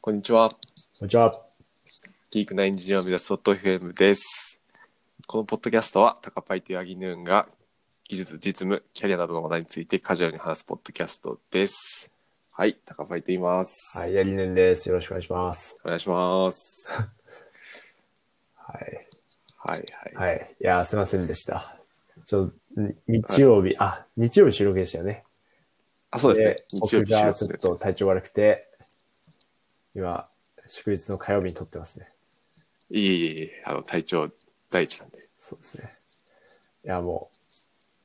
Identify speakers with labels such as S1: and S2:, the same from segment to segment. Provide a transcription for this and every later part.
S1: こんにちは。
S2: こんにちは。
S1: ギークなエンジニアを目指す .fm です。このポッドキャストは、タカパイとヤギヌーンが技術、実務、キャリアなどの話題についてカジュアルに話すポッドキャストです。はい、タカパイと言います。
S2: はい、ヤリヌンです。よろしくお願いします。
S1: お願いします。
S2: はい。
S1: はいはい。
S2: はい。いやー、すいませんでした。ちょっと、ん日曜日、あ、日曜日収録でしたよね。
S1: あ、そうですね。日曜
S2: 僕
S1: 日収
S2: が
S1: 録
S2: ちょっ
S1: ですね
S2: と体調悪くて、今、祝日の火曜日に撮ってますね。
S1: いえいえいえ、あの、体調第一なんで。
S2: そうですね。いや、も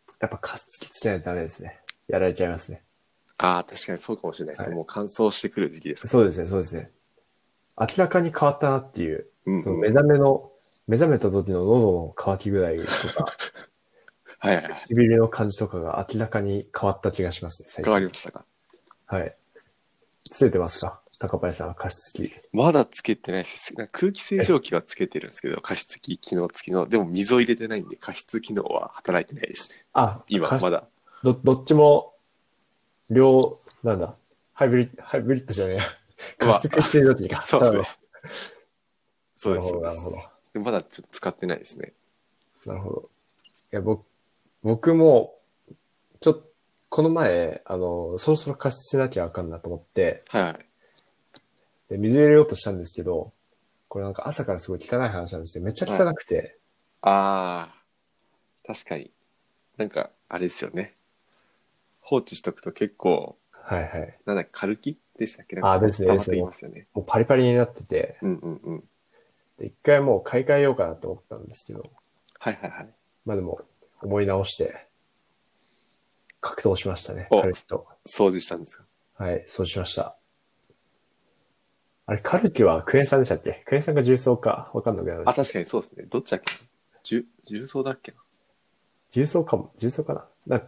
S2: う、やっぱカスつきつけないとダメですね。やられちゃいますね。
S1: ああ、確かにそうかもしれないですね。
S2: はい
S1: もう乾燥してくる時期ですか
S2: そうですね、そうですね。明らかに変わったなっていう、
S1: うんうん
S2: その目覚めの、目覚めた時の喉の渇き具合とか、
S1: ら。はいはいはい。
S2: 唇の感じとかが明らかに変わった気がしますね、最
S1: 変わ
S2: 近。
S1: りましたか
S2: はい。つれてますか高林さんは加湿器。
S1: まだつけてないです。なんか空気清浄機はつけてるんですけど、加湿器機能付きの、でも水を入れてないんで、加湿機能は働いてないですね。
S2: あ、
S1: 今、
S2: 加湿
S1: まだ。
S2: ど、どっちも、両、なんだ、ハイブリッド、ハイブリッドじゃねえや。
S1: まあ
S2: 加湿器水蒸気か。
S1: そうですね
S2: なるほど。
S1: そうです、そう
S2: な
S1: で
S2: る
S1: す
S2: ほど。
S1: でまだちょっと使ってないですね。
S2: なるほど。いや、僕、僕も、ちょっと、この前、あの、そろそろ加湿しなきゃあかんなと思って、
S1: はいはい。
S2: で水入れようとしたんですけど、これなんか朝からすごい汚い話なんですけど、めっちゃ汚くて、
S1: あー、確かに。なんか、あれですよね。放置しとくと結構、
S2: はいはい。
S1: なんだっけ、カルキでしたっけなん
S2: あ
S1: か
S2: ーですね
S1: 溜
S2: で
S1: まっ
S2: す
S1: て
S2: ね
S1: いますよね。
S2: もうパリパリになってて、
S1: うんうんうん。
S2: で一回もう買い替えようかなと思ったんですけど、
S1: はいはいはい。
S2: まあでも、思い直して、格闘しましたね、
S1: お
S2: 彼氏と。
S1: 掃除したんですか
S2: はい、そうしました。あれ、カルキはクエン酸でしたっけクエン酸が重曹かわかんなくなるんで
S1: あ、
S2: すけど
S1: 確かにそうですね。どっちだっけ重、重曹だっけな
S2: 重曹かも、重曹かななんか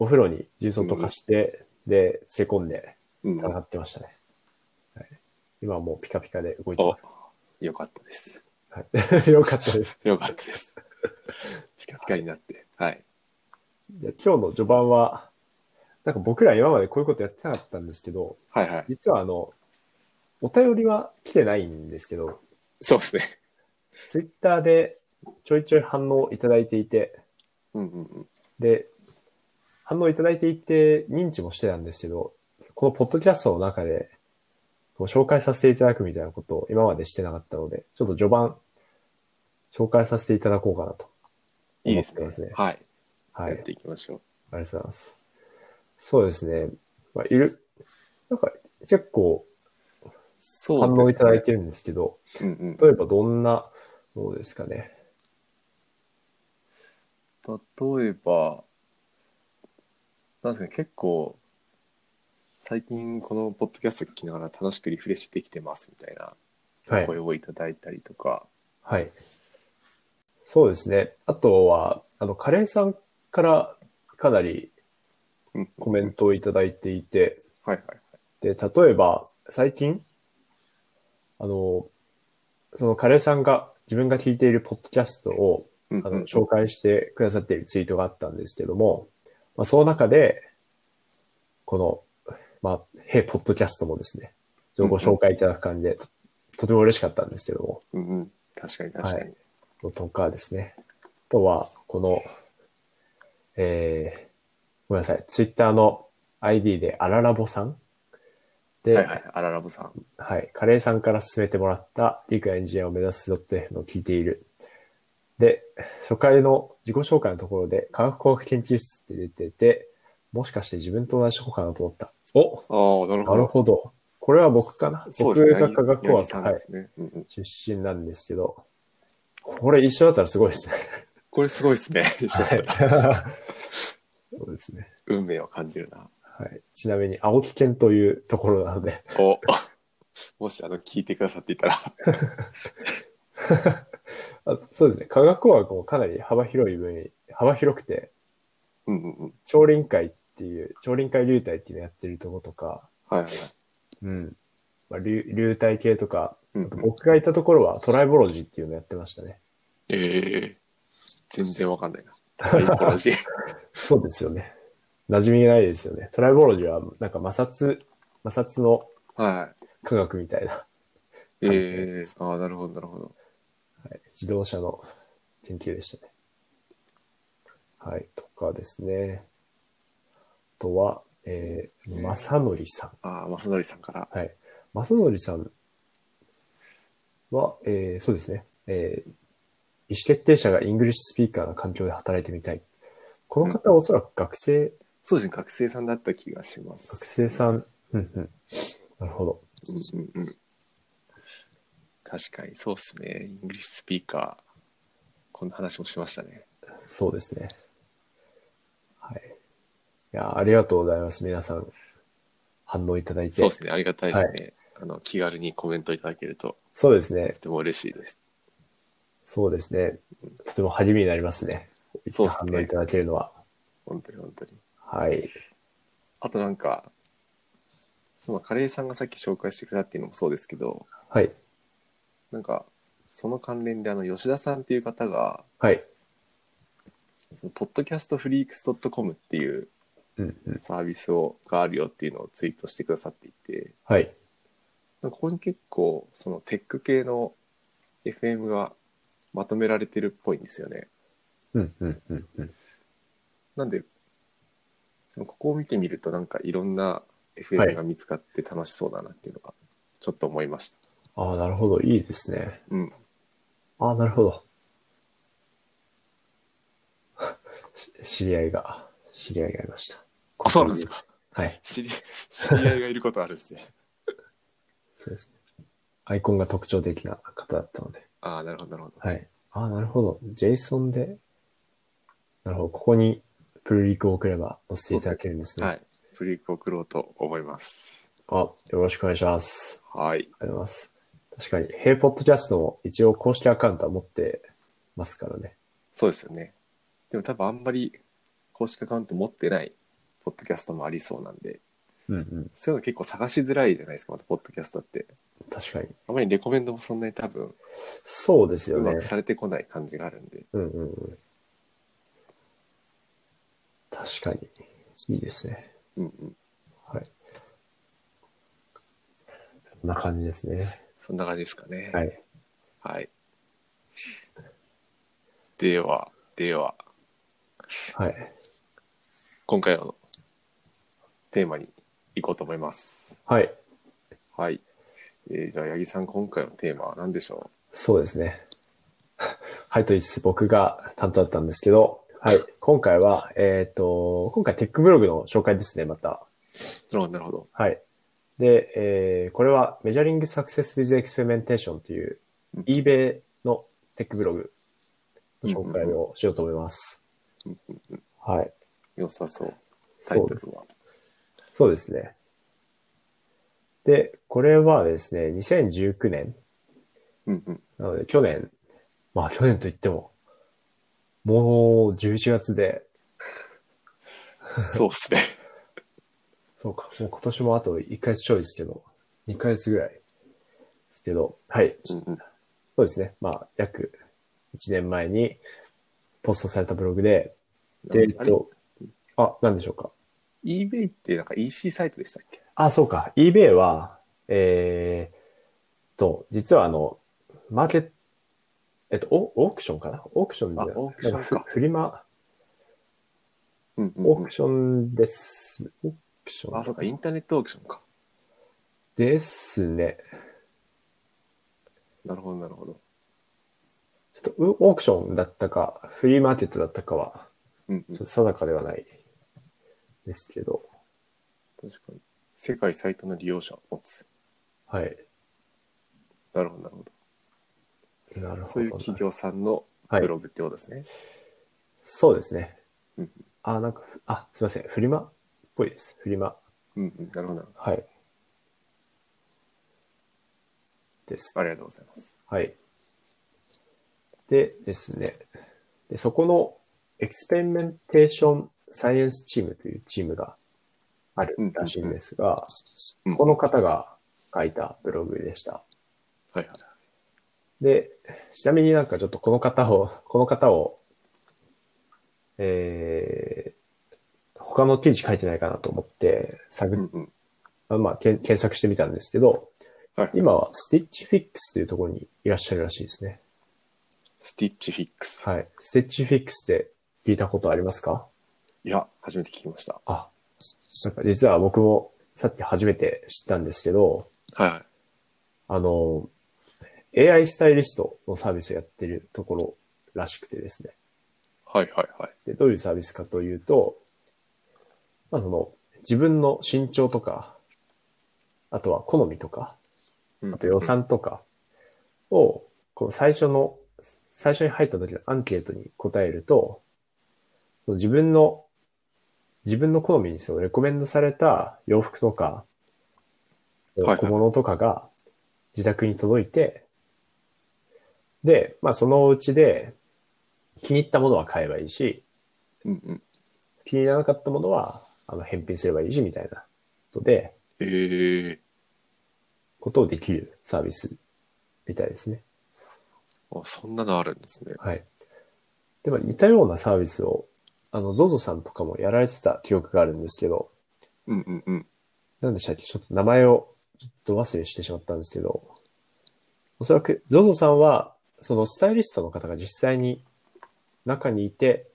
S2: お風呂に重曹溶かして、で、せこんで、
S1: うん。
S2: 戦ってましたね。はい、今はもうピカピカで動いて
S1: お
S2: ま、
S1: よかったです。
S2: す。 はい、よかったです。
S1: よかった です。ピカピカになって。はい。
S2: じゃあ今日の序盤は、なんか僕ら今までこういうことやってなかったんですけど、
S1: はいはい。
S2: 実はあの、お便りは来てないんですけど、
S1: そうですね。
S2: ツイッターでちょいちょい反応いただいていて、
S1: うんうんうん。
S2: で、反応いただいていて認知もしてたんですけど、このポッドキャストの中でこう紹介させていただくみたいなことを今までしてなかったので、ちょっと序盤紹介させていただこうかなと
S1: いいで
S2: 思っ
S1: す
S2: てま
S1: ね。
S2: すね。
S1: はい。
S2: はい。
S1: やっていきましょう。
S2: ありがとうございます。そうですね。まあ、いる、なんか結構
S1: そ
S2: 反
S1: うですね。
S2: 応いただいてるんですけど、
S1: うんうん。
S2: 例えばどんなものですかね。
S1: 例えば、なんですかね、結構、最近このポッドキャスト聞きながら楽しくリフレッシュできてますみたいな
S2: はい。
S1: 声をいただいたりとか、
S2: はい。そうですね。あとは、あの、カレーさんからかなり
S1: うん
S2: コメントをいただいていて、
S1: はいはいはい。
S2: で、例えば、最近、あの、そのカレーさんが自分が聞いているポッドキャストを、
S1: うんうん
S2: あ
S1: うん
S2: の、紹介してくださっているツイートがあったんですけども、まあ、その中で、この、まあ、ヘイポッドキャストもですね、ご紹介いただく感じで、ととても嬉しかったんですけども、
S1: うんうん。確かに確かに。
S2: はいのとかですね。あとは、この、えー、ごめんなさい、ツイッターの ID でアララボさんで、
S1: はいはい。アララブさん。
S2: はい。カレーさんから勧めてもらった、リクエンジニアを目指す .f の聞いている。で、初回の自己紹介のところで、科学工学研究室って出てて、もしかして自分と同じとこかなと思った。お
S1: ああ、なる
S2: な
S1: ほ
S2: る
S1: ど。
S2: ほど。これは僕かな、
S1: そうで
S2: 僕
S1: すね。
S2: が科学工
S1: 八木
S2: 学、
S1: さん
S2: はい
S1: ですね。うんうん。
S2: 出身なんですけど、これ一緒だったらすごいですね。
S1: これすごいですね。
S2: はい。 そうですね。
S1: 運命を感じるな。
S2: はい。ちなみに、青木県というところなので、
S1: お、もしあの、聞いてくださっていたら。
S2: あそうですね。科学工学もかなり幅広い分、幅広くて、
S1: うんうんうん。
S2: 超臨界っていう、超臨界流体っていうのやってるとことか、
S1: はいはいはい。
S2: うん。まあ、流流体系とか、
S1: うん
S2: あと
S1: うん、
S2: 僕がいたところはトライボロジーっていうのやってましたね。
S1: ええ全然わかん ないな。タイポロジー。
S2: そうですよね。馴染みがないですよね。トライボロジーは、なんか摩擦、摩擦の
S1: は
S2: 科学みたいな
S1: ええああ、なるほど、なるほど。
S2: 自動車の研究でしたね。はい、とかですね。あとは、え
S1: そうです
S2: ー、
S1: ね
S2: まさのりさん。
S1: ああ、正則さんから。
S2: はい。正則さんは、えーそうですね、えー意思決定者がイングリッシュスピーカーの環境で働いてみたい。この方はおそらく学生、
S1: そうですね、学生さんだった気がします。
S2: 学生さん。うんうん。なるほど。
S1: うんうんうん。確かに、そうですね。イングリッシュスピーカー。こんな話もしましたね。
S2: そうですね。はい。いや、ありがとうございます。皆さん、反応いただいて。
S1: そうですね。ありがたいですね。あの、気軽にコメントいただけると、
S2: そうですね
S1: と。ても嬉しいです。
S2: そうですね。とても励みになりますね。
S1: そうですね
S2: 反応いただけるのは。
S1: 本当に本当に。
S2: はい。
S1: あとなんか、そのカレーさんがさっき紹介してくれたっていうのもそうですけど、
S2: はい。
S1: なんか、その関連であの、吉田さんっていう方が、
S2: はい。
S1: そのポッドキャストフリークス .com っていう
S2: うんうん。
S1: サービスをがあるよっていうのをツイートしてくださっていて、
S2: はい。
S1: なんかここに結構そのテック系の FM がまとめられてるっぽいんですよね。
S2: うんうんうんうん。
S1: なんで、そのここを見てみるとなんかいろんな
S2: は
S1: FM
S2: い
S1: が見つかって楽しそうだなっていうのがちょっと思いました。
S2: ああ、なるほど。いいですね。
S1: うん。
S2: ああ、なるほど。 し知り合いが、知り合いがいました。
S1: あ、そうなんですか。
S2: はい。
S1: 知り、 知り合いがいることあるんですね。
S2: そうですね。アイコンが特徴的な方だったので。
S1: ああ、なるほど、なるほど。
S2: はい。ああ、なるほど。JSON で、なるほど。ここにプルリークを送れば載せていただけるんですね。
S1: はい。フリークを送ろうと思います。
S2: あ、よろしくお願いします。
S1: はい。
S2: ありがとうございます。確かに、ヘイポッドキャストも一応公式アカウントは持ってますからね。
S1: そうですよね。でも多分あんまり公式アカウント持ってないポッドキャストもありそうなんで、
S2: うんうん。
S1: そういうの結構探しづらいじゃないですか、またポッドキャストって。
S2: 確かに。
S1: あまりレコメンドもそんなに多分、
S2: そうですよ
S1: う
S2: ね。
S1: まくされてこない感じがあるんで。
S2: うんうんうん。確かに。いいですね。
S1: うんうん。
S2: はい。そんな感じですね。
S1: そんな感じですかね。。
S2: はいい。
S1: はい、では、では、
S2: はい。
S1: 今回のテーマに行こうと思います。
S2: はい。
S1: はい。えーじゃあ、八木さん、今回のテーマは何でしょ
S2: そうですね。はい、と言いつつ僕が担当だったんですけど、はい。今回は、えっ、と、今回テックブログの紹介ですね、また。
S1: うなるほど、なるほど。
S2: はい。で、えーこれは Measuring Success with Experimentation という
S1: うん
S2: eBay のテックブログの紹介をしようと思います。
S1: うんうんうん
S2: はい。
S1: 良さそう。タイ
S2: そう
S1: ト
S2: です
S1: ルは。
S2: そうですね。で、これはですね、2019年、
S1: うんうん。
S2: なので去年、まあ去年といっても、もう11月で、
S1: そう ですね。
S2: そうか、もう今年もあと1ヶ月ちょいですけど、2ヶ月ぐらいですけど、はい、
S1: うんうん。
S2: そうですね。まあ、約1年前にポストされたブログで、で、えっ
S1: あれ
S2: と、あ、なんでしょうか。
S1: eBay ってなんか EC サイトでしたっけ
S2: あ、そうか。eBay は、えーっと、実はあの、マーケット、えっと、オオークションかなオークションで、
S1: あオークションか
S2: なんフフリマ、
S1: うんうん
S2: オー
S1: うん
S2: クションです。オークショ
S1: あ、そう
S2: ン
S1: か、インターネットオークションか。
S2: ですね。
S1: なるほど、なるほど。
S2: ちょっとうオークションだったか、フリーマーケットだったかは、
S1: うん、
S2: ち
S1: うん
S2: ょっ。と定かではないですけど、
S1: 確かに。世界最多の利用者を持つ。
S2: はい。
S1: なるほど、なるほど。
S2: なるほど。
S1: そういう企業さんの
S2: はい
S1: ブログってことですね。
S2: そうですね
S1: うん。
S2: あ、なんか、ふあ、すいません。フリマっぽいです。フリマ。
S1: うんうん。なるほど、なるほ
S2: はい。です
S1: ど。。ありがとうございます。
S2: はい。でですね。で、そこのエクスペリメンテーションサイエンスチームというチームがあるらしいんですが、
S1: うんうんうん
S2: この方が書いたブログでした。
S1: はいはい。
S2: で、ちなみになんかちょっとこの方を、 この方を、えー、他の記事書いてないかなと思って、探
S1: う
S2: っ
S1: んうん。
S2: あまあ、けん検索してみたんですけど、
S1: はい
S2: 今はスティッチフィックスというところにいらっしゃるらしいですね。
S1: スティッチフィックス。
S2: はい。スティッチフィックスって聞いたことありますか
S1: いや、初めて聞きました。
S2: あ、なんか実は僕もさっき初めて知ったんですけど、
S1: はいはい。
S2: あの、AI スタイリストのサービスをやってるところらしくてですね。
S1: はいはいはい。
S2: で、どういうサービスかというと、まあその、自分の身長とか、あとは好みとか、
S1: うん
S2: あと予算とかを、この最初の、最初に入った時のアンケートに答えると、その自分の、自分の好みにそのレコメンドされた洋服とか、
S1: はいはい
S2: 小物とかが自宅に届いて、で、まあそのうちで気に入ったものは買えばいいし、
S1: うんうん。
S2: 気に入らなかったものは、あの、返品すればいいし、みたいなことで、
S1: ええ
S2: ことをできるサービスみたいですね。
S1: あ、そんなのあるんですね。
S2: はい。でも似たようなサービスを、あの、ZOZO さんとかもやられてた記憶があるんですけど、
S1: うんうんうん。
S2: なんでしたっけちょっと名前をちょっと忘れしてしまったんですけど、おそらく ZOZO さんは、そのスタイリストの方が実際に中にいて、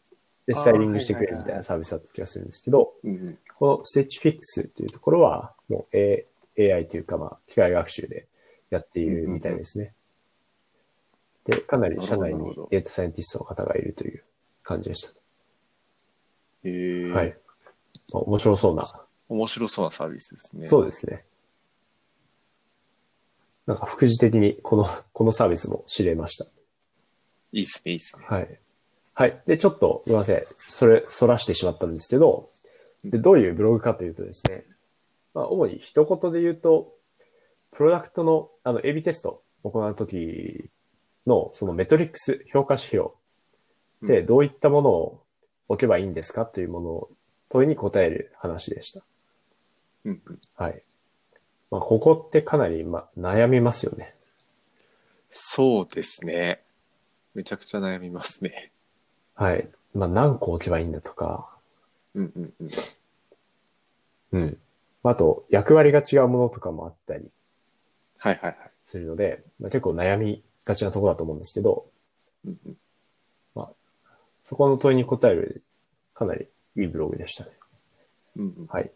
S2: で、スタイリングしてくれるみたいなサービスだった気がするんですけど、
S1: うんうん、
S2: このステッチフィックスというところは、もう A- AI というか、まあ、機械学習でやっているみたいですね。で、かなり社内
S1: なるほ
S2: に
S1: ど
S2: データサイエンティストの方がいるという感じでし
S1: ええ
S2: た。はい。まあ面白そうな。
S1: 面白そうなサービスですね。
S2: そう
S1: う
S2: ですね。なんか、副次的にこの、このサービスも知れました。
S1: いいですね、いいですね。
S2: はい。はい。で、ちょっと、すみません。それ、そらしてしまったんですけど、で、どういうブログかというとですね、まあ、主に一言で言うと、プロダクトの、あの、AB テストを行うときの、そのメトリックス評価指標で、
S1: うん
S2: どういったものを置けばいいんですかというものを問いに答える話でした。
S1: うんうん、
S2: はい。まあ、ここってかなり、まあ、悩みますよね。
S1: そうですね。めちゃくちゃ悩みますね。
S2: はい。まあ、何個置けばいいんだとか、
S1: うんうんうん。
S2: うん。あと、役割が違うものとかもあったり
S1: はいはいはい。
S2: するので、まあ、結構悩みがちなところだと思うんですけど、
S1: うんうん、
S2: そこの問いに答える、かなりいいブログでしたね。
S1: うんうん、
S2: はい。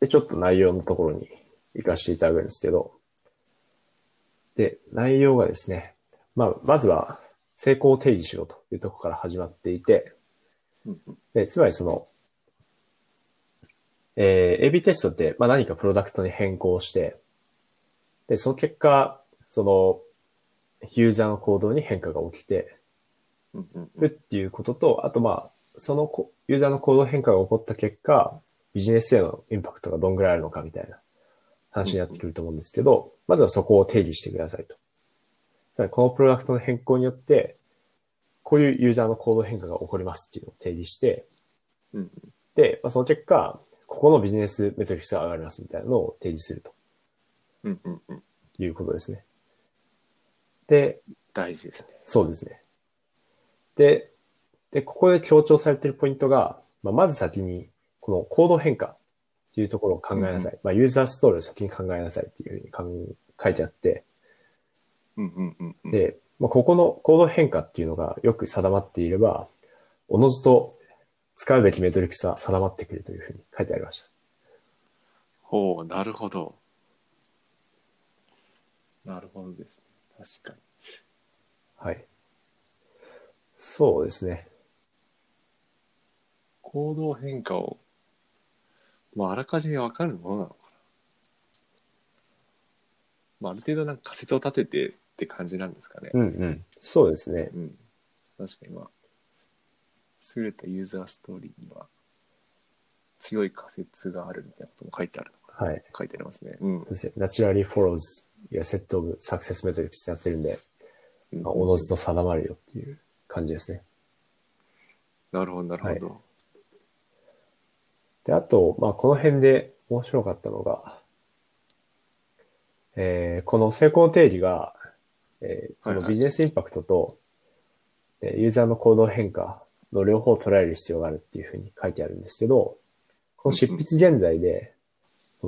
S2: で、ちょっと内容のところに行かせていただくんですけど、で、内容がですね、まあ、まずは、成功を定義しろというところから始まっていて、
S1: うんうん。
S2: で、つまりその、えー、AB テストって、まあ、何かプロダクトに変更して、で、その結果、その、ユーザーの行動に変化が起きて
S1: うんうんうん
S2: るっていうことと、あとまあ、そのこユーザーの行動変化が起こった結果、ビジネスへのインパクトがどんぐらいあるのかみたいな話になってくると思うんですけど、まずはそこを定義してくださいと。つまりこのプロダクトの変更によって、こういうユーザーの行動変化が起こりますっていうのを定義して、
S1: うん
S2: で、まあ、その結果、ここのビジネスメトリックスが上がりますみたいなのを提示すると
S1: うんうんうん。
S2: いうことですね。で、
S1: 大事ですね。
S2: そうですね。で、で、ここで強調されているポイントが、まあ、まず先に、この行動変化っていうところを考えなさい。まあ、ユーザーストーリーを先に考えなさいっていうふうにかん書いてあって、
S1: うんうんうんうん。
S2: で、まあ、ここの行動変化っていうのがよく定まっていれば、おのずと使うべきメトリックスは定まってくるというふうに書いてありました。
S1: ほう、なるほど。なるほどですね。確かに。
S2: はい。そうですね。
S1: 行動変化を、まあ、あらかじめわかるものなのかな。まあ、ある程度なんか仮説を立ててって感じなんですかね。
S2: うんうん。そうですね。
S1: うん。確かにまあ、優れたユーザーストーリーには、強い仮説があるみたいなことも書いてあるのか
S2: はい。
S1: な書いてありますね。うん
S2: そう。ですね。naturally follows your set of success metrics ってやってるんで、まあ、おのずと定まるよっていう感じですね。
S1: なるほど、なるほど。
S2: で、あと、まあ、この辺で面白かったのが、えーこの成功の定義が、えーそ
S1: はい
S2: の
S1: はい
S2: ビジネスインパクトと、えーユーザーの行動変化の両方を捉える必要があるっていうふうに書いてあるんですけど、この執筆現在で、こ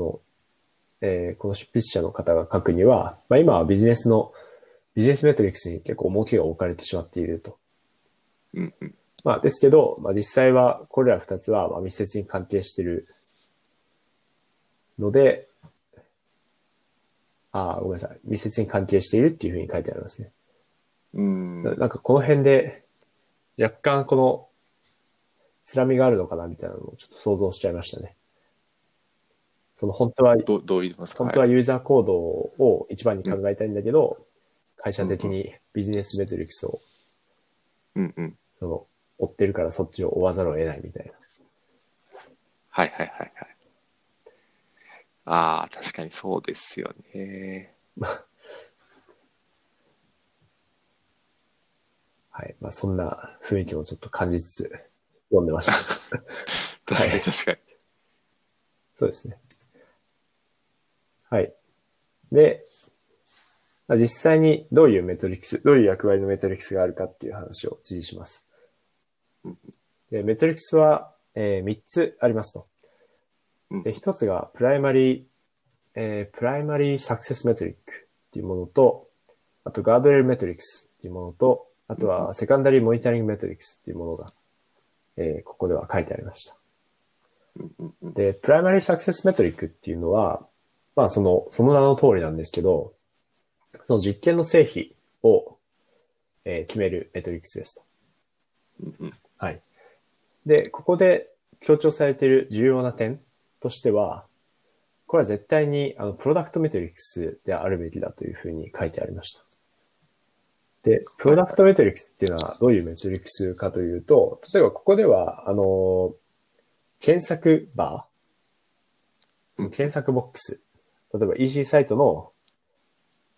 S2: のえーこの執筆者の方が書くには、まあ、今はビジネスの、ビジネスメトリックスに結構重きが置かれてしまっていると。
S1: うんうん。
S2: まあ、ですけど、まあ、実際は、これら二つはまあ密接に関係しているので、ああ、ごめんなさい。密接に関係しているっていうふうに書いてありますね。
S1: うん。
S2: ななんかこの辺で、若干この、つらみがあるのかなみたいなのをちょっと想像しちゃいましたね。その本当は、
S1: どどう言いますか、
S2: 本当はいユーザー行動を一番に考えたいんだけど、会社的にビジネスメトリックスを
S1: うんうん。
S2: その追ってるからそっちを追わざるを得ないみたいな。
S1: はいはいはいはい。ああ、確かにそうですよね。
S2: はい。まあそんな雰囲気もちょっと感じつつ読んでました。
S1: 確か
S2: はい
S1: に確かに。
S2: そうですね。はい。で、まあ実際にどういうメトリックス、どういう役割のメトリックスがあるかっていう話を指示します
S1: うん。
S2: でメトリックスは、え3つありますと。
S1: うん
S2: で、1つがプライマリー、えープライマリーサクセスメトリックっていうものと、あとガードレールメトリックスっていうものと、あとはセカンダリーモニタリングメトリックスっていうものが、えーここでは書いてありました。
S1: うんうんうん
S2: で、プライマリーサクセスメトリックっていうのは、まあその、その名の通りなんですけど、その実験の成否を、えー決めるメトリックスですと。
S1: うんうん
S2: はい。で、ここで強調されている重要な点としては、これは絶対にあのプロダクトメトリックスであるべきだというふうに書いてありました。で、プロダクトメトリックスっていうのはどういうメトリックスかというと、例えばここでは、あの、検索バー、その検索ボックス、例えば EC サイトの、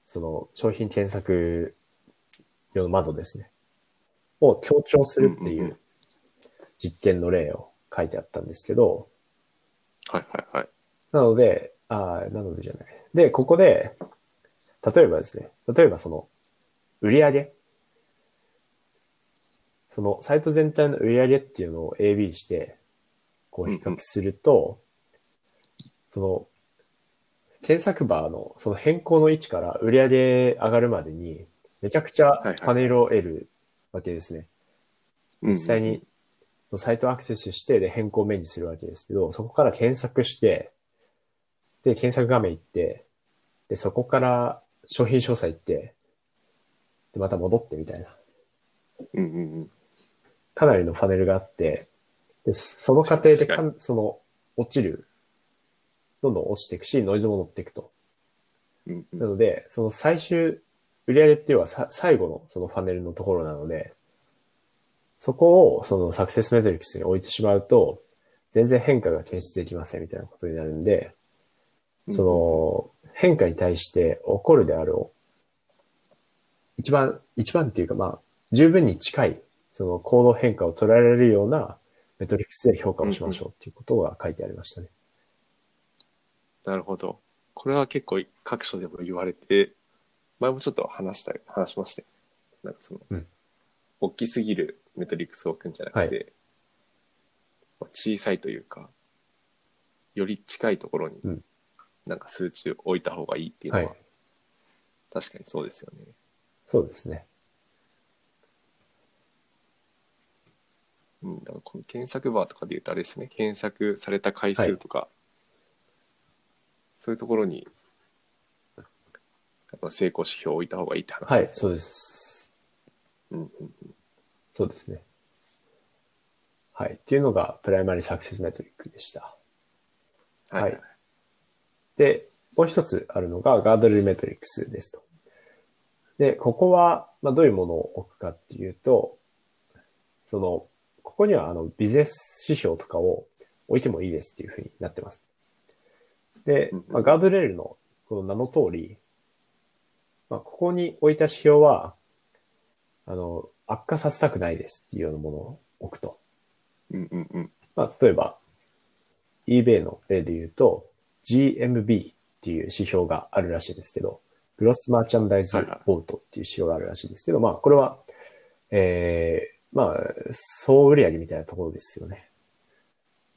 S2: その商品検索用の窓ですね、を強調する
S1: う
S2: って
S1: ん
S2: い
S1: うんう
S2: う実験の例を書いてあったんですけど、
S1: はいはいはい。
S2: なので、ああ、なのでじゃない。で、ここで、例えばですね、例えばその、売り上げ。その、サイト全体の売り上げっていうのを AB して、こう比較すると、その、検索バーのその変更の位置から売り上げ上がるまでに、めちゃくち
S1: いは
S2: ゃ
S1: い
S2: パネルを得るわけですね。
S1: 実
S2: 実際にサイトアクセスして、で、変更を目にするわけですけど、そこから検索して、で、検索画面行って、で、そこから商品詳細行って、で、また戻ってみたいな。
S1: うんうんうん。
S2: かなりのパネルがあって、でその過程でかんその、落ちる、どんどん落ちていくし、ノイズも乗っていくと。
S1: うんう
S2: なんので、その最終、売り上げっていうのはさ最後のそのパネルのところなので、そこをそのサクセスメトリックスに置いてしまうと、全然変化が検出できませんみたいなことになるんで、その変化に対して起こるであろう、一番、一番っていうかまあ、十分に近い、その行動変化を捉えられるようなメトリックスで評価をしましょうっていうことが書いてありましたね。
S1: なるほど。これは結構各所でも言われて、前もちょっと話した、話しましたよなんかその、
S2: うん
S1: 大きすぎるメトリックスを置くんじゃなくて、まあ小さいというか、より近いところに
S2: うん、
S1: なんか数値を置いた方がいいっていうのは、
S2: はい
S1: 確かにそうですよね。
S2: そうですね。
S1: うん、だからこの検索バーとかで言うとあれですね、検索された回数とか、そういうところに、あの成功指標を置いた方がいいって話
S2: はい、
S1: です
S2: そうです。
S1: ね。うんうん
S2: そうですね。はい。っていうのが、プライマリーサクセスメトリックでした。
S1: はい。
S2: はいで、もう一つあるのが、ガードレールメトリックスですと。で、ここは、まあ、どういうものを置くかっていうと、その、ここには、あの、ビジネス指標とかを置いてもいいですっていうふうになってます。で
S1: うん、
S2: まあ、ガードレールの、この名の通り、まあ、ここに置いた指標は、あの、悪化させたくないですっていうようなものを置くと。
S1: うんうんうん。
S2: まあ、例えば、eBay の例で言うと、GMB っていう指標があるらしいですけど、グロスマーチャンダイズボートっていう指標があるらしいですけど、まあ、これは、ええまあ、総売上みたいなところですよね。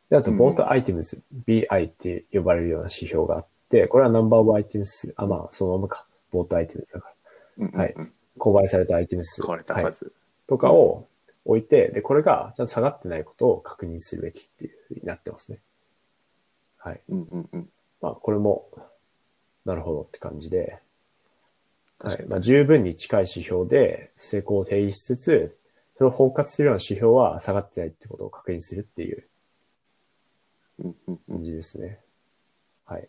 S2: で、あと、
S1: うん
S2: ボートアイテムズ、BI って呼ばれるような指標があっって、これはナンバーオブアイテム数、あ、まあ、そのままか。ボートアイテム数だから。
S1: うんうん
S2: はい
S1: うん。
S2: 購買されたアイテム数。
S1: 買われた
S2: はい、
S1: 数。
S2: とかを置いて、で、これがちゃんと下がってないことを確認するべきっていうふうになってますね。はい。
S1: うんうんうん。
S2: まあ、これも、なるほどって感じで、は
S1: 確か
S2: い。
S1: に
S2: まあ、十分に近い指標で成功を定義しつつ、それを包括するような指標は下がってないってことを確認するっていう
S1: うんうんうん
S2: 感じですね。はい。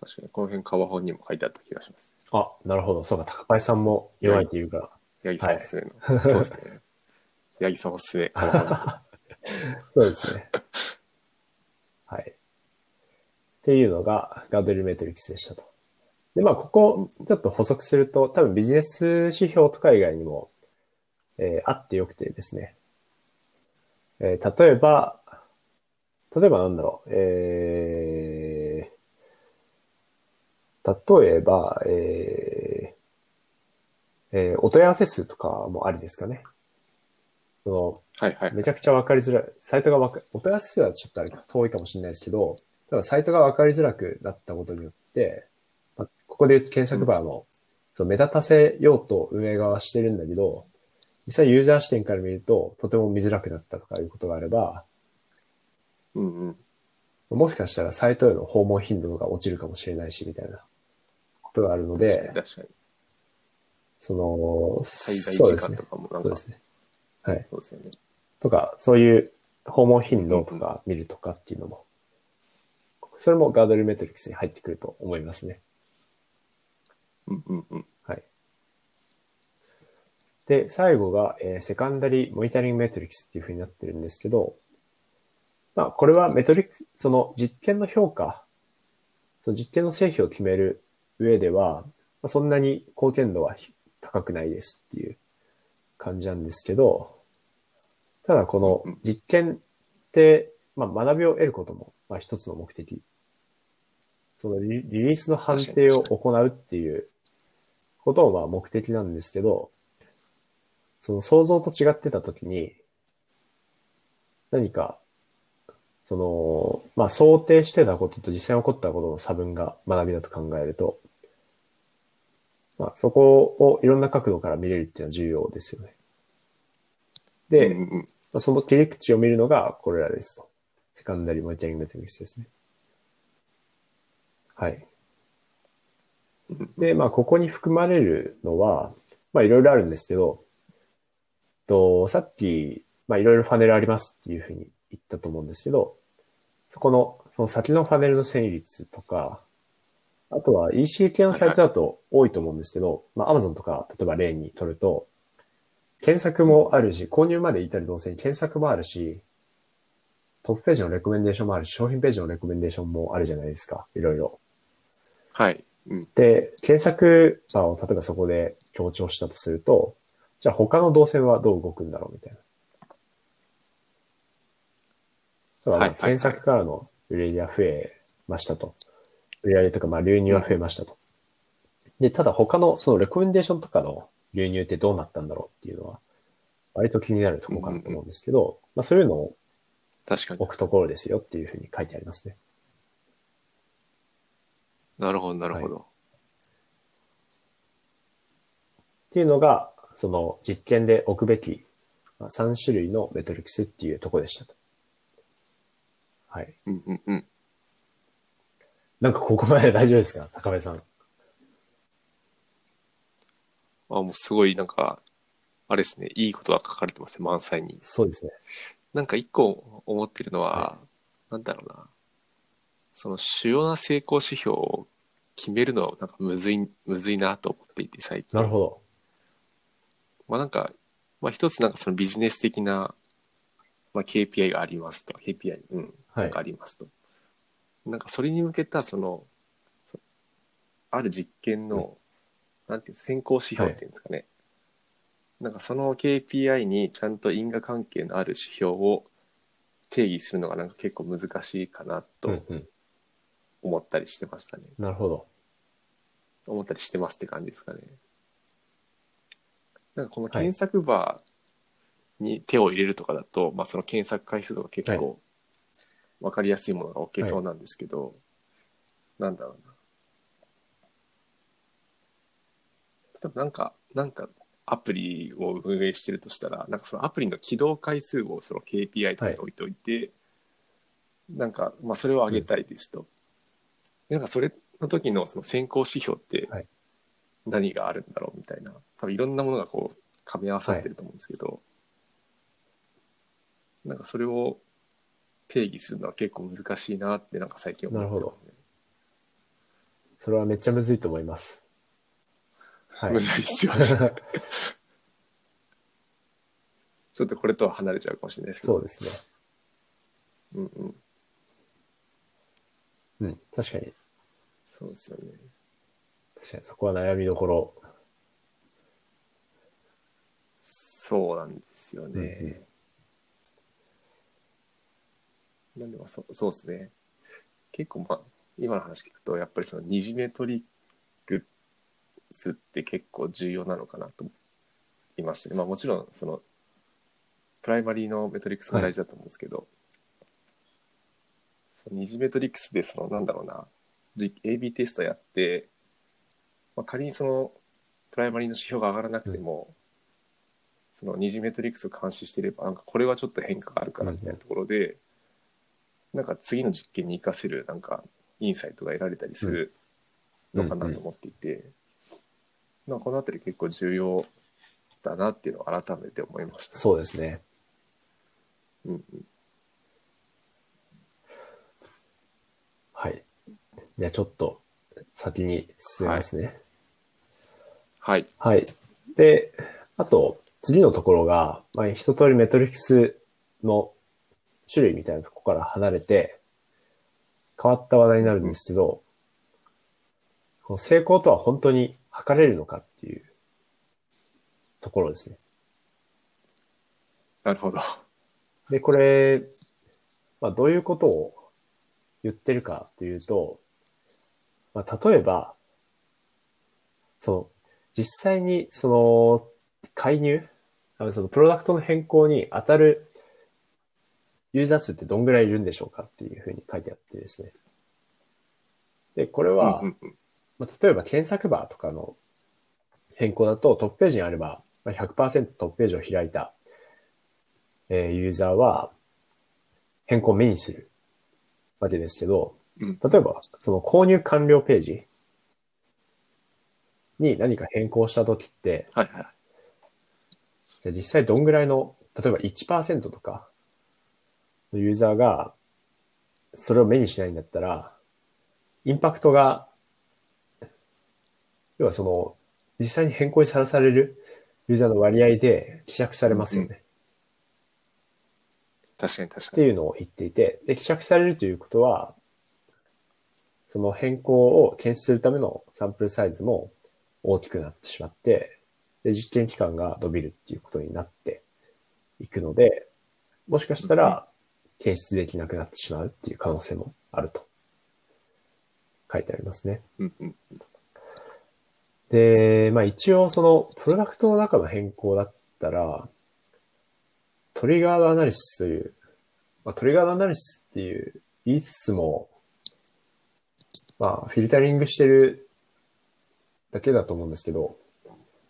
S1: 確かに、この辺、川本にも書いてあった気がします。
S2: あ、なるほど。そうか、高橋さんも弱いって言うから。
S1: 八木さんおすすめの。 そうですね。八木さんおすすめ。川本
S2: そうですね。はい。っていうのが、ガードリルメトリックスでしたと。で、まあ、ここ、ちょっと補足すると、多分ビジネス指標とか以外にも、えーあってよくてですね。えー例えば、例えばなんだろう、えー、例えば、えー、えーお問い合わせ数とかもありですかね。その、
S1: はいはい。
S2: めちゃくちゃわかりづらい。サイトがわか、お問い合わせ数はちょっとあれ遠いかもしれないですけど、ただサイトがわかりづらくなったことによって、まあここで言うと検索バーも、そう目立たせようと運営側はしてるんだけど、実際ユーザー視点から見ると、とても見づらくなったとかいうことがあれば、
S1: うんうん。
S2: もしかしたらサイトへの訪問頻度が落ちるかもしれないし、みたいなことがあるので、
S1: 確かに。
S2: その、
S1: 最
S2: そ
S1: 大
S2: うで
S1: 時
S2: す
S1: 間
S2: ね
S1: と。かもな
S2: そ
S1: ん
S2: うで
S1: か、
S2: すね。はい。
S1: そうですよね。
S2: とか、そういう訪問頻度とか見るとかっていうのも、それもガードルメトリックスに入ってくると思いますね。
S1: うんうんうん。
S2: はい。で、最後が、えーセカンダリーモニタリングメトリックスっていうふうになってるんですけど、まあ、これはメトリックス、その実験の評価、その実験の成否を決める上では、まあそんなに貢献度はひ高くないですっていう感じなんですけど、ただこの実験って、まあ、学びを得ることも、まあ、一つの目的。そのリリリースの判定を行うっていうことをまあ目的なんですけど、その想像と違ってたときに、何か、その、まあ想定してたことと実際に起こったことの差分が学びだと考えると、まあそこをいろんな角度から見れるっていうのは重要ですよね。で、
S1: うんうん
S2: まあその切り口を見るのがこれらですと。セカンダリーモニタリングメトリックスですね。はい。
S1: うん
S2: で、まあ、ここに含まれるのは、まあ、いろいろあるんですけど、と、さっき、まあ、いろいろファネルありますっていうふうに言ったと思うんですけど、そこの、その先のファネルの整理率とか、あとは EC 系のサイトだと多いと思うんですけど、まあ、Amazon とか、例えば例にとると、検索もあるし、購入まで至る動線に検索もあるし、トップページのレコメンデーションもあるし、商品ページのレコメンデーションもあるじゃないですか、いろいろ。
S1: はい。うん。
S2: で、検索バーを例えばそこで強調したとすると、じゃあ他の動線はどう動くんだろうみたいな。だか
S1: はい
S2: ら
S1: はい
S2: まあ検索からの売り上げが増えましたと。売り上げとかまあ流入は増えましたと。で、ただ他のそのレコメンデーションとかの流入ってどうなったんだろうっていうのは、割と気になるところかなと思うんですけど、まあそういうのを
S1: 確かに。
S2: 置くところですよっていうふうに書いてありますね。
S1: なるほど、なるほど。
S2: っていうのが、その実験で置くべきまあ3種類のメトリックスっていうとこでしたと。はい。
S1: うんうんうん。
S2: なんかここまで大丈夫ですか高部さん。
S1: あ、もうすごい、なんか、あれですね。いいことが書かれてますね、満載に。
S2: そうですね。
S1: なんか一個思ってるのは、なんだろうな。その主要な成功指標を決めるのはなんかむずい、むずいなと思っていて、最近。
S2: なるほど。
S1: まあなんか、まあ一つなんかそのビジネス的な、まあ KPI がありますと。KPI、うん、
S2: は
S1: ないんか。ありますと。なんかそれに向けた、その、そある実験の、なんていう、先行指標っていうんですかね。なんかその KPI にちゃんと因果関係のある指標を定義するのがなんか結構難しいかな
S2: う
S1: と
S2: んうん。
S1: 思ったりしてましたね。
S2: なるほど。
S1: 思ったりしてますって感じですかね。なんかこの検索バーに手を入れるとかだと、まあその検索回数とか結
S2: は
S1: 構分かりやすいものが置けそうなんですけど、なんだろうな。多分なんか、なんかアプリを運営してるとしたら、なんかそのアプリの起動回数をその KPI とかに置いといて、なんか、まあそれを上げたいですと。でなんかそれの時のその先行指標って
S2: はい
S1: 何があるんだろうみたいな、多分いろんなものがこう、噛み合わさってると思うんですけど、なんかそれを定義するのは結構難しいなってなんか最近思ってます
S2: なるそれはめっちゃむずいと思います。はい
S1: む。ずいっすよね。ちょっとこれとは離れちゃうかもしれないですけど。
S2: そうですね。
S1: うんうん。
S2: うん。確かに。
S1: そうですよね。
S2: 確かに、そこは悩みどころ。
S1: そうなんですよ
S2: うんうん
S1: ね。なんでまあそ、そうですね。結構まあ、今の話聞くと、やっぱりその二次メトリックスって結構重要なのかなと思いまして、まあもちろん、その、プライマリーのメトリックスが大事だと思うんですけど、その二次メトリックスで、その、なんだろうな、じ AB テストやって、まあ、仮にその、プライマリーの指標が上がらなくても、その二次メトリックスを監視していれば、なんかこれはちょっと変化があるかなみたいなところで、なんか次の実験に活かせるなんかインサイトが得られたりするのかなと思っていて、なんかこの辺り結構重要だなっていうのを改めて思いました。
S2: そうですね。
S1: うん
S2: はい。じゃあちょっと先に進みますね。
S1: はい。
S2: はい。で、あと、次のところが、まあ、一通りメトリックスの種類みたいなところから離れて、変わった話題になるんですけど、この成功とは本当に測れるのかっていうところですね。
S1: なるほど。
S2: で、これ、まあ、どういうことを言ってるかというと、まあ、例えば、その、実際に、その、介入、あのその、プロダクトの変更に当たるユーザー数ってどんぐらいいるんでしょうかっていうふうに書いてあってですね。で、これは、
S1: うんうん
S2: まあ、例えば検索バーとかの変更だとトップページにあれば、まあ、100%トップページを開いた、えーユーザーは変更を目にするわけですけど、
S1: うん
S2: 例えばその購入完了ページに何か変更したときって、
S1: はいはい。
S2: で実際どんぐらいの、例えば1%とかのユーザーがそれを目にしないんだったら、インパクトが、要はその、実際に変更にさらされるユーザーの割合で希釈されますよね。
S1: うん確かに確
S2: っ
S1: か
S2: て
S1: に。
S2: いうのを言っていて、で、希釈されるということは、その変更を検出するためのサンプルサイズも大きくなってしまって、で、実験期間が伸びるっていうことになっていくので、もしかしたら検出できなくなってしまうっていう可能性もあると書いてありますね。
S1: うんうん。
S2: で、まあ一応そのプロダクトの中の変更だったら、トリガードアナリシスという、まあトリガードアナリシスっていう言いつつも、まあフィルタリングしてるだけだと思うんですけど、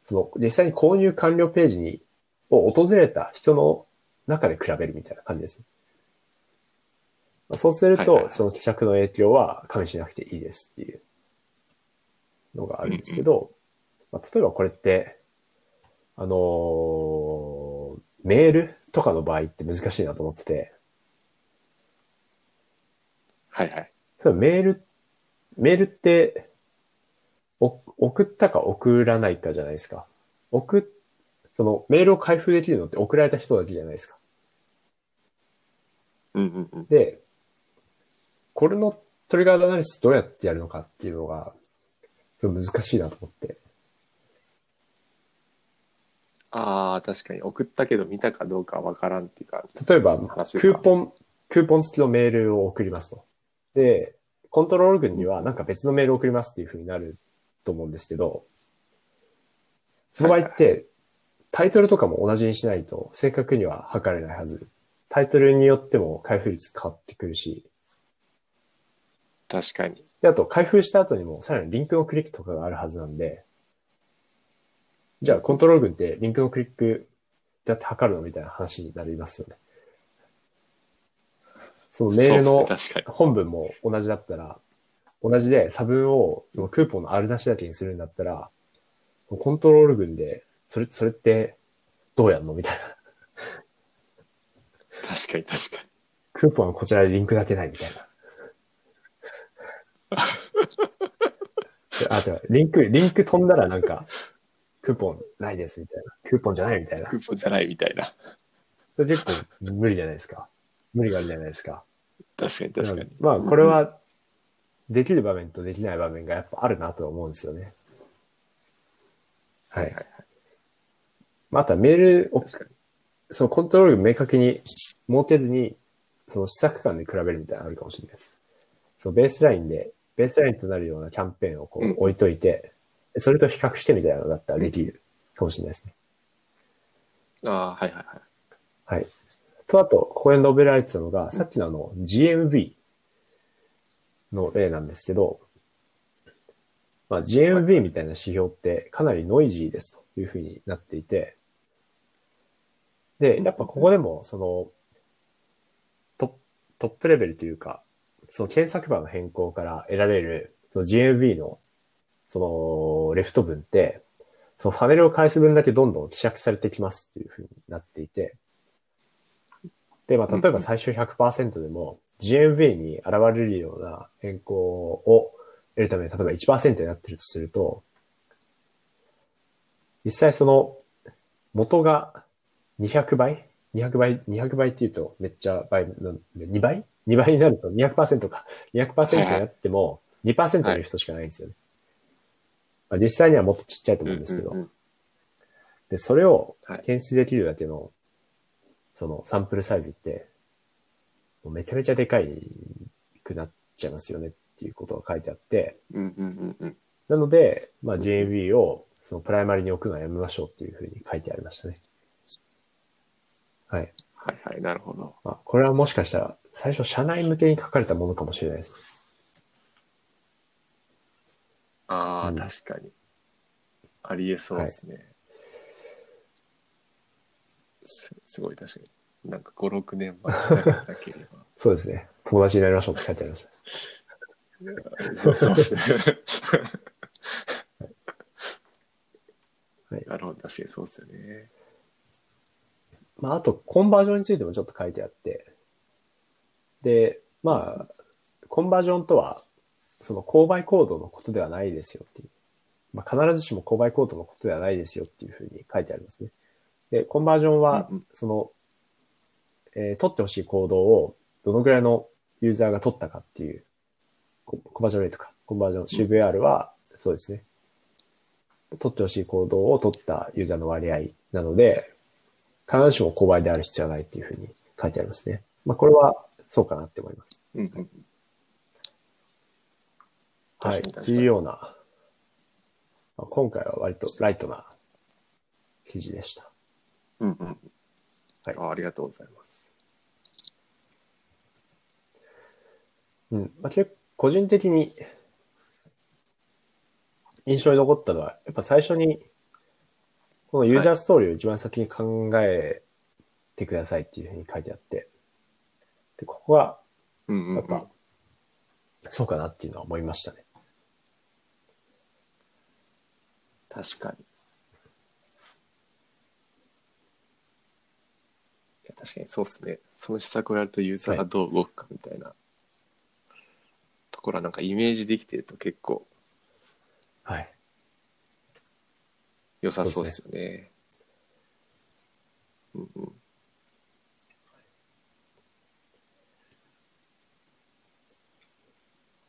S2: その実際に購入完了ページに、を訪れた人の中で比べるみたいな感じですね。まあそうする
S1: はいはい
S2: と
S1: は、い
S2: その希釈の影響は加味しなくていいですっていうのがあるんですけど、まあ、例えばこれって、あのーメールとかの場合って難しいなと思ってて、
S1: はいはい。
S2: 例えばメール、メールって、お送ったか送らないかじゃないですか。送っ、そのメールを開封できるのって送られた人だけじゃないですか。
S1: うんうんうん。
S2: で、これのトリガードアナリシスどうやってやるのかっていうのが、すごい難しいなと思って。
S1: ああ、確かに。送ったけど見たかどうかわからんっていう感じ。
S2: 例えば、
S1: 話か
S2: クーポン、クーポン付きのメールを送りますと。で、コントロール群にはなんか別のメールを送りますっていう風になると思うんですけど、その場合って、タイトルとかも同じにしないと正確には測れないはずタイトルによっても開封率変わってくるし、
S1: 確かに。
S2: で、あと開封した後にもさらにリンクのクリックとかがあるはずなんで、じゃあコントロール群ってリンクのクリックだって測るのみたいな話になりますよね。そのメール
S1: そう
S2: の
S1: ですね確か
S2: 本文も同じだったら、同じで差分をそのクーポンのあるなしだけにするんだったら、コントロール群で、それ、それってどうやんのみたいな。
S1: に。確かに確かに。
S2: クーポンはこちらでリンクだけないみたいな。 あ、違う、リンク、リンク飛んだらなんか、クーポンないですみたいな。クーポンじゃないみたいな
S1: ク。ーポンじゃないみたいな。
S2: それ結構無理じゃないですか。無理があるじゃないですか。
S1: 確かに確か
S2: なの
S1: に
S2: で。まあ、これは、できる場面とできない場面がやっぱあるなとは思うんですよね。はい。
S1: はい
S2: まあ、あとはメールを
S1: 確かに。
S2: そのコントロールを明確に設けずに、その試作間で比べるみたいなのあるかもしれないです。そのベースラインで、ベースラインとなるようなキャンペーンをこ
S1: うん
S2: う置いといて、それと比較してみたいなのだったらできるかもしれないですね。
S1: ああー、はいはいはい。
S2: はい。と、あと、ここで述べられてたのが、さっきのあの、GMB の例なんですけど、まあ、GMB みたいな指標ってかなりノイジーですというふうになっていて、で、やっぱここでも、その、トップトップレベルというか、その検索バーの変更から得られる、その GMB の、その、レフト文って、そのファネルを返す分だけどんどん希釈されてきますっていうふうになっていて、で、まあ、例えば最終100%でも GMV に現れるような変更を得るために、例えば1%になってるとすると、実際その元が200倍 ?200 倍 ?200 倍って言うとめっちゃ倍なんで、2倍 ?2 倍になると200%か。200%になっても2%のリフトしかないんですよね。まあ、実際にはもっとちっちゃいと思うんですけど
S1: うんう。んうん
S2: で、それを
S1: はい
S2: 検出できるだけの、そのサンプルサイズって、もうめちゃめちゃでかいくなっちゃいますよねっていうことが書いてあって、
S1: うんうんうんうん。
S2: なので、まあ、JMB をそのプライマリに置くのはやめましょうっていうふうに書いてありましたね。はい。
S1: はいはい、なるほど。
S2: まあ、これはもしかしたら、最初社内向けに書かれたものかもしれないです。
S1: ああ、
S2: うん
S1: 確かに。ありえそうですね。すすごい確かに。なんか5、6年前しなかったけれ
S2: そうですね。友達になりましょうって書いてありました。
S1: ば。そうそう ですね。
S2: はい
S1: なるほど、確かにそうですよね。
S2: まあ、あと、コンバージョンについてもちょっと書いてあって。で、まあ、コンバージョンとは、その購買行動のことではないですよっていう。まあ、必ずしも購買行動のことではないですよっていうふうに書いてありますね。で、コンバージョンは
S1: うんうん、
S2: その、えー取ってほしい行動を、どのぐらいのユーザーが取ったかっていう、ココンバージョンレートか、コンバージョン、CVR は、そうですね。取ってほしい行動を取ったユーザーの割合なので、必ずしも購買である必要はないっていうふうに書いてありますね。まあ、これはそうかなって思います。
S1: うんうん、
S2: はい。
S1: 確かに
S2: っていうような、まあ今回は割とライトな記事でした。
S1: うんうん。
S2: はい
S1: あありがとうございます。
S2: うん。まあ、結構個人的に印象に残ったのは、やっぱ最初に、このユーザーストーリーを一番先に考えてくださいっていうふうに書いてあって、で、ここが
S1: うんうん、
S2: や
S1: う
S2: っぱ
S1: ん。、
S2: そうかなっていうのは思いましたね。
S1: 確かに。いや確かにそうですね。その施策をやるとユーザーがどう動くかみたいな、ところはなんかイメージできてると結構
S2: はい。
S1: 良さそうですよね。うんうん。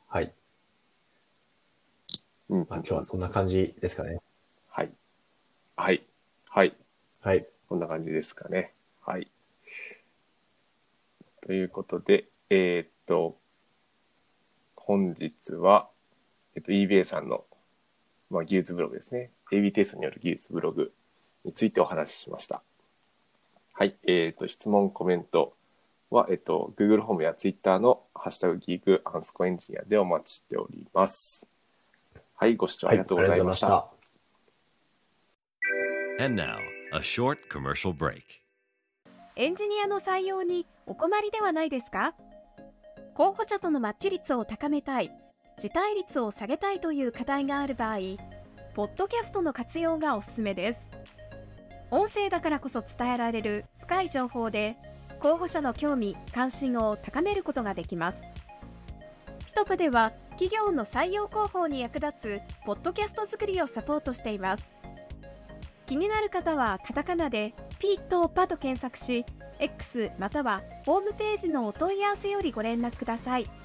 S2: はい。
S1: うんうん
S2: まあ、今日はそんな感じですかね。
S1: はい。はい。はい。
S2: はい。
S1: こんな感じですかね。はい。ということで、えーっと、本日は、えっと、eBay さんの、まあ、技術ブログですね。AB テストによる技術ブログについてお話ししました。はい。えーっと、質問、コメント、は、えっと、Google ホームや Twitter のハッシュタグギークアンスコエンジニアでお待ちしております。はい、ご視聴あ
S2: はい、
S1: りがとうございました。。
S3: And now, a short commercial break.
S4: エンジニアの採用にお困りではないですか候補者とのマッチ率を高めたい、辞退率を下げたいという課題がある場合、ポッドキャストの活用がおすすめです。音声だからこそ伝えられる深い情報で、候補者の興味・関心を高めることができます。ピトプでは企業の採用広報に役立つポッドキャスト作りをサポートしています。気になる方はカタカナでピーとパと検索し、X またはホームページのお問い合わせよりご連絡ください。